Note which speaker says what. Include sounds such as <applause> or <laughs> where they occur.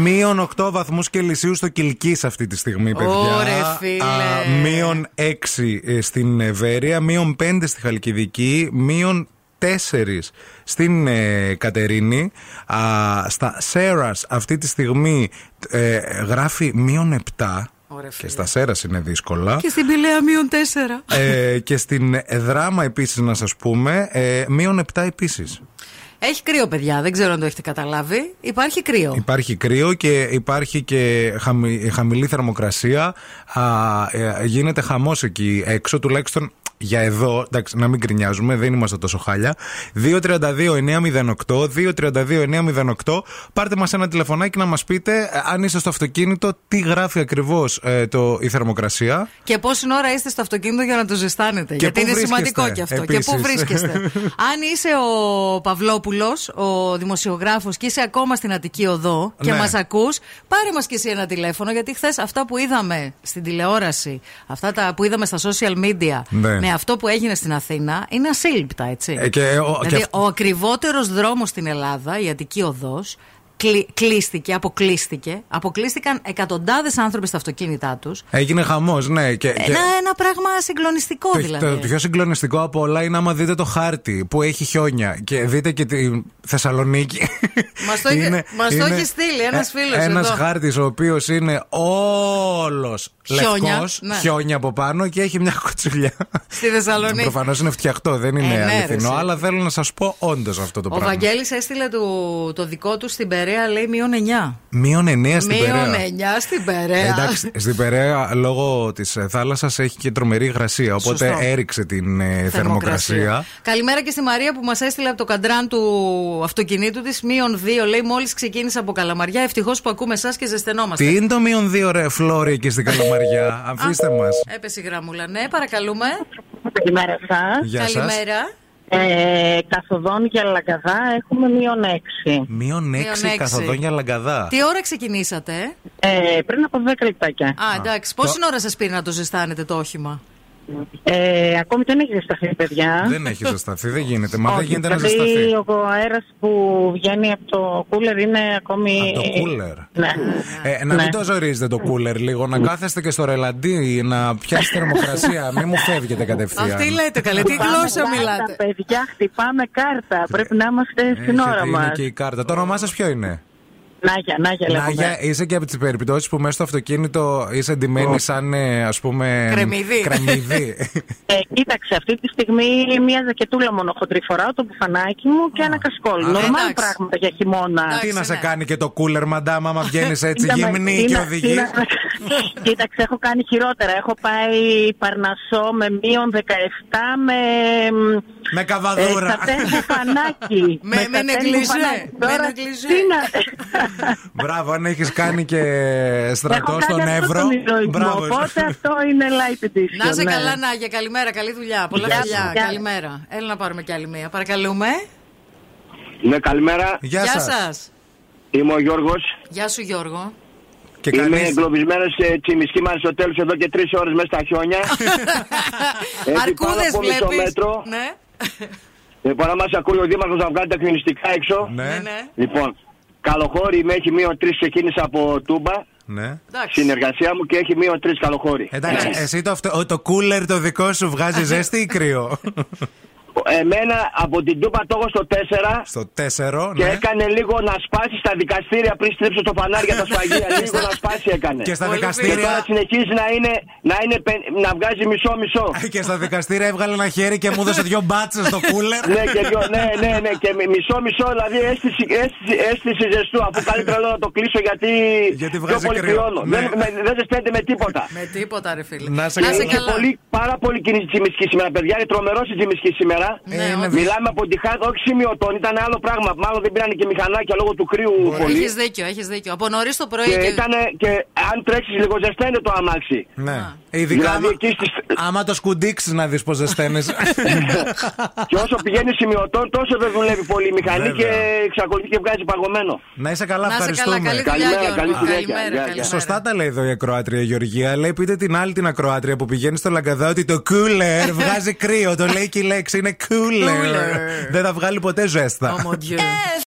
Speaker 1: Μείον 8 βαθμούς Κελσίου στο Κιλκή αυτή τη στιγμή, παιδιά.
Speaker 2: Ωρε, φίλε.
Speaker 1: Α, μείον 6 ε, στην Βέρεια, μείον 5 στη Χαλκιδική, μείον 4 στην ε, Κατερίνη. Α, στα Σέρας αυτή τη στιγμή ε, γράφει μείον 7.
Speaker 2: Ωρε,
Speaker 1: Και
Speaker 2: φίλε.
Speaker 1: στα Σέρας είναι δύσκολα.
Speaker 2: Και στην Πηλαία μείον 4.
Speaker 1: Ε, και στην Δράμα επίσης να σας πούμε, ε, μείον 7 επίσης.
Speaker 2: Έχει κρύο, παιδιά. Δεν ξέρω αν το έχετε καταλάβει. Υπάρχει κρύο.
Speaker 1: Υπάρχει κρύο και υπάρχει και χαμη- χαμηλή θερμοκρασία. Α, ε, γίνεται χαμός εκεί έξω, τουλάχιστον για εδώ. Εντάξει, να μην κρινιάζουμε, δεν είμαστε τόσο χάλια. 232-908, 232-908. Πάρτε μας ένα τηλεφωνάκι να μας πείτε, ε, αν είστε στο αυτοκίνητο, τι γράφει ακριβώς η θερμοκρασία.
Speaker 2: Και πόση ώρα είστε στο αυτοκίνητο για να το ζεστάνετε. γιατί
Speaker 1: πού
Speaker 2: είναι
Speaker 1: βρίσκεστε,
Speaker 2: σημαντικό και αυτό.
Speaker 1: επίσης.
Speaker 2: Και πού βρίσκεστε.
Speaker 1: <laughs>
Speaker 2: Αν είσαι ο Παυλόπουλος, ο δημοσιογράφος, και είσαι ακόμα στην Αττική Οδό και
Speaker 1: Ναι.
Speaker 2: μας μα ακούς, πάρε μας κι εσύ ένα τηλέφωνο. Γιατί χθες αυτά που είδαμε στην τηλεόραση, αυτά τα που είδαμε στα social media,
Speaker 1: Ναι.
Speaker 2: με αυτό που έγινε στην Αθήνα, είναι ασύλληπτα, έτσι.
Speaker 1: Ε, και, ο- και
Speaker 2: δηλαδή,
Speaker 1: αυτό-
Speaker 2: ο ακριβότερος δρόμος στην Ελλάδα, η Αττική Οδός, κλείστηκε, αποκλείστηκε. Αποκλείστηκαν εκατοντάδες άνθρωποι στα αυτοκίνητά τους.
Speaker 1: Έγινε χαμός, ναι. Και, και-
Speaker 2: Ε, Ένα, ένα πράγμα συγκλονιστικό
Speaker 1: Το,
Speaker 2: δηλαδή.
Speaker 1: το πιο συγκλονιστικό από όλα είναι άμα δείτε το χάρτη που έχει χιόνια και δείτε και τη Θεσσαλονίκη.
Speaker 2: <laughs> Μας το είχε- μας το έχει στείλει ένας φίλος
Speaker 1: Ένας
Speaker 2: εδώ.
Speaker 1: χάρτης ο οποίος είναι όλος
Speaker 2: Χιόνια,
Speaker 1: λευκός,
Speaker 2: ναι.
Speaker 1: χιόνια από πάνω και έχει μια κοτσουλιά.
Speaker 2: Στη Θεσσαλονίκη.
Speaker 1: Προφανώς είναι φτιαχτό, δεν είναι
Speaker 2: Ε, ναι, ρε,
Speaker 1: αληθινό,
Speaker 2: εσύ.
Speaker 1: αλλά θέλω να σας πω όντως αυτό το
Speaker 2: Ο
Speaker 1: πράγμα.
Speaker 2: Βαγγέλης έστειλε το, το δικό του στην Περέα, λέει μείον 9.
Speaker 1: Μείον 9 Ε, στην Περαία. Ε,
Speaker 2: Μείον 9 στην Περέα. <laughs>
Speaker 1: Εντάξει, στην Περαία λόγω της θάλασσας έχει και τρομερή υγρασία. Οπότε
Speaker 2: Σωστό.
Speaker 1: έριξε την ε, θερμοκρασία.
Speaker 2: Καλημέρα και στη Μαρία που μας έστειλε από το καντράν του αυτοκινήτου της. Μείον 2. Λέει μόλις ξεκίνησε από καλαμαριά. Ευτυχώς που ακούμε εσά και ζεσθενόμαστε.
Speaker 1: Τι είναι το μείον δύο ρε φλόρι εκεί στην Καλαμαριά. Αφήστε μας.
Speaker 2: Έπεσε η γραμμούλα. Ναι, παρακαλούμε.
Speaker 3: Καλημέρα σας.
Speaker 1: Γεια σας.
Speaker 2: Καλημέρα.
Speaker 3: Ε, καθοδόν για λαγκαδά έχουμε μείον 6.
Speaker 1: Μείον
Speaker 2: έξι.
Speaker 1: 6 καθοδόνια λαγκαδά.
Speaker 2: Τι ώρα ξεκινήσατε, ε?
Speaker 3: Ε, πριν από 10 λεπτάκια.
Speaker 2: Α, εντάξει. Πόση ώρα σας πήρε να το ζεστάνετε το όχημα.
Speaker 3: Ε, ακόμη δεν έχεις ζεσταθεί, παιδιά.
Speaker 1: Δεν έχει ζεσταθεί, δεν γίνεται. Μα δεν
Speaker 3: Όχι,
Speaker 1: γίνεται να
Speaker 3: δηλαδή,
Speaker 1: ζεσταθεί.
Speaker 3: Ο αέρας που βγαίνει από το κούλερ είναι ακόμη.
Speaker 1: Από το κούλερ.
Speaker 3: Ναι.
Speaker 1: Ε, να μην το ζορίζετε το κούλερ λίγο, να κάθεστε και στο ρελαντί, να πιάσει θερμοκρασία. Μην μου φεύγετε κατευθείαν.
Speaker 2: Αυτή λέτε καλέ. Τι
Speaker 3: Χτυπάμε
Speaker 2: γλώσσα
Speaker 3: κάρτα,
Speaker 2: μιλάτε.
Speaker 3: Παιδιά, χτυπάμε κάρτα. Πρέπει να είμαστε στην
Speaker 1: Έχετε-
Speaker 3: ώρα μα.
Speaker 1: Είναι Ε, και η κάρτα. Το όνομά σας ποιο είναι.
Speaker 3: Νάγια, Νάγια, λέγομαι.
Speaker 1: Νάγια, ε- είσαι και από τις περιπτώσεις που μέσα στο αυτοκίνητο είσαι ντυμένη σαν, ε, ας πούμε.
Speaker 2: Κρεμμυδί.
Speaker 1: κρεμμυδί.
Speaker 3: Ε, κοίταξε, αυτή τη στιγμή μία ζακετούλα μόνο χοντρή φοράω, το μπουφανάκι μου και ένα κασκόλ.
Speaker 1: Α,
Speaker 3: Νορμάλ
Speaker 2: εντάξει.
Speaker 3: πράγματα για χειμώνα.
Speaker 1: Τι να σε
Speaker 2: ναι.
Speaker 1: κάνει και το κούλερ, μαντάμα, άμα βγαίνεις έτσι
Speaker 3: Κοίτα,
Speaker 1: γυμνή
Speaker 3: Μαρτίνα,
Speaker 1: και οδηγείς.
Speaker 3: τι να- <laughs> Κοίταξε, έχω κάνει χειρότερα. Έχω πάει Παρνασσό με μείον 17 με.
Speaker 1: Με
Speaker 3: Ε,
Speaker 1: καβαδούρα.
Speaker 3: κατέβου φανάκι.
Speaker 2: Με- με
Speaker 3: κατέβου
Speaker 2: νεγκλιζέ,
Speaker 3: φανάκι.
Speaker 2: με
Speaker 3: Τώρα,
Speaker 2: νεγκλιζέ.
Speaker 3: τι να-
Speaker 1: <laughs> Μπράβο, αν έχεις κάνει και
Speaker 4: Ε,
Speaker 1: στρατό
Speaker 3: Έχω
Speaker 1: στον
Speaker 3: κάνει αυτόν
Speaker 1: Εύρο.
Speaker 3: τον ηρωισμό,
Speaker 1: Μπράβο. <laughs>
Speaker 3: Οπότε αυτό είναι light edition.
Speaker 2: Να είσαι
Speaker 3: ναι.
Speaker 2: καλά, Νάγια. Καλημέρα, καλή δουλειά. Πολλά
Speaker 1: Γεια
Speaker 2: φιλιά.
Speaker 1: σας.
Speaker 2: Καλημέρα. Έλα να πάρουμε κι άλλη μία. Παρακαλούμε.
Speaker 4: Ναι, καλημέρα.
Speaker 1: Γεια, σας.
Speaker 2: σας.
Speaker 4: Είμαι ο Γιώργος.
Speaker 2: Γεια σου, Γιώργο.
Speaker 1: Και
Speaker 4: Είμαι
Speaker 1: κανείς
Speaker 4: εγκλωβισμένος σε τσιμισκή μα στο τέλο εδώ και τρεις ώρες μέσα στα
Speaker 1: <laughs>
Speaker 4: χιόνια. πάρα
Speaker 2: Αρκούδε
Speaker 4: πολύ το
Speaker 2: βλέπεις.
Speaker 4: μέτρο.
Speaker 2: Ναι.
Speaker 4: λοιπόν, να μα ακούει ο Δήμαρχος να βγάλει τα κλινιστικά έξω.
Speaker 2: ναι,
Speaker 1: Ναι,
Speaker 2: ναι.
Speaker 4: Λοιπόν, καλοχώρη με έχει μείον τρει ξεκίνησα από Τούμπα.
Speaker 1: ναι.
Speaker 2: Εντάξει.
Speaker 4: Συνεργασία μου και έχει μείον τρεις καλοχώρη.
Speaker 1: Εντάξει, ε. εσύ το, αυτό, το κούλερ το δικό σου βγάζει ζέστη ή κρύο. <laughs>
Speaker 4: Εμένα από την Τούμπα το έχω στο 4.
Speaker 1: Στο 4,
Speaker 4: Και
Speaker 1: ναι.
Speaker 4: έκανε λίγο να σπάσει στα δικαστήρια πριν στρίψω το φανάρι για τα σφαγεία.
Speaker 1: <laughs>
Speaker 4: λίγο να σπάσει έκανε.
Speaker 1: Και στα
Speaker 2: Πολύ
Speaker 4: Και τώρα
Speaker 1: δικαστήρια.
Speaker 4: συνεχίζει να, είναι, να, είναι, πεν- να βγάζει μισό-μισό.
Speaker 1: <laughs> Και στα δικαστήρια έβγαλε ένα χέρι και μου έδωσε δυο μπάτσες στο κούλερ.
Speaker 4: ναι, και δυο, ναι, ναι, ναι, και μισό-μισό, δηλαδή αίσθηση, αίσθηση, αίσθηση ζεστού. Αφού καλύτερα λέω να το κλείσω γιατί,
Speaker 1: Γιατί
Speaker 4: πιο
Speaker 1: βγάζει
Speaker 4: πολύ
Speaker 1: κρύο.
Speaker 4: κρυώνω.
Speaker 1: Ναι.
Speaker 4: Δεν, με, δεν ζεσταίνεται με τίποτα.
Speaker 2: Με τίποτα, ρε φίλε.
Speaker 1: Να σε
Speaker 4: Είναι και πολύ, πάρα πολύ κοινή τσιμισκή σήμερα, παιδιά. Είναι τρομερός η τσιμισκή σήμερα.
Speaker 2: Ναι,
Speaker 1: Ε, είναι
Speaker 2: όντως.
Speaker 4: Μιλάμε από τη Χάντα, όχι σημειωτών, ήταν άλλο πράγμα. Μάλλον δεν πήραν και μηχανάκια λόγω του κρύου πολύ. Ε,
Speaker 2: Έχεις δίκιο, έχεις δίκιο. Από νωρίς το πρωί.
Speaker 4: Και,
Speaker 2: και-
Speaker 4: ήτανε, και αν τρέξεις λίγο, ζεσταίνεται το αμάξι.
Speaker 1: Ναι. Ειδικά
Speaker 4: Δηλαδή,
Speaker 1: άμα,
Speaker 4: εκεί στις-
Speaker 1: άμα το σκουντίξεις να δεις πώς ζεσταίνεις.
Speaker 4: <laughs> και όσο πηγαίνει σημειωτών, τόσο δεν δουλεύει πολύ η μηχανή
Speaker 1: Βέβαια.
Speaker 4: και εξακολουθεί και βγάζει παγωμένο.
Speaker 1: να είσαι καλά,
Speaker 2: Να είσαι καλά,
Speaker 1: ευχαριστούμε.
Speaker 2: καλή δουλειά,
Speaker 4: Καλημέρα, καλή
Speaker 2: Γιώργο.
Speaker 4: συνέχεια. Γεια,
Speaker 2: Καλημέρα,
Speaker 4: γεια.
Speaker 2: καλημέρα.
Speaker 1: Σωστά τα λέει εδώ η ακροάτρια Γεωργία. Λέει πείτε την άλλη την ακροάτρια που πηγαίνει στο λαγκαδά ότι το cooler βγάζει κρύο. Το λέει και η λέξη είναι cooler.
Speaker 2: Cooler.
Speaker 1: Δεν θα βγάλει ποτέ ζέστα.
Speaker 2: Oh, mon Dieu.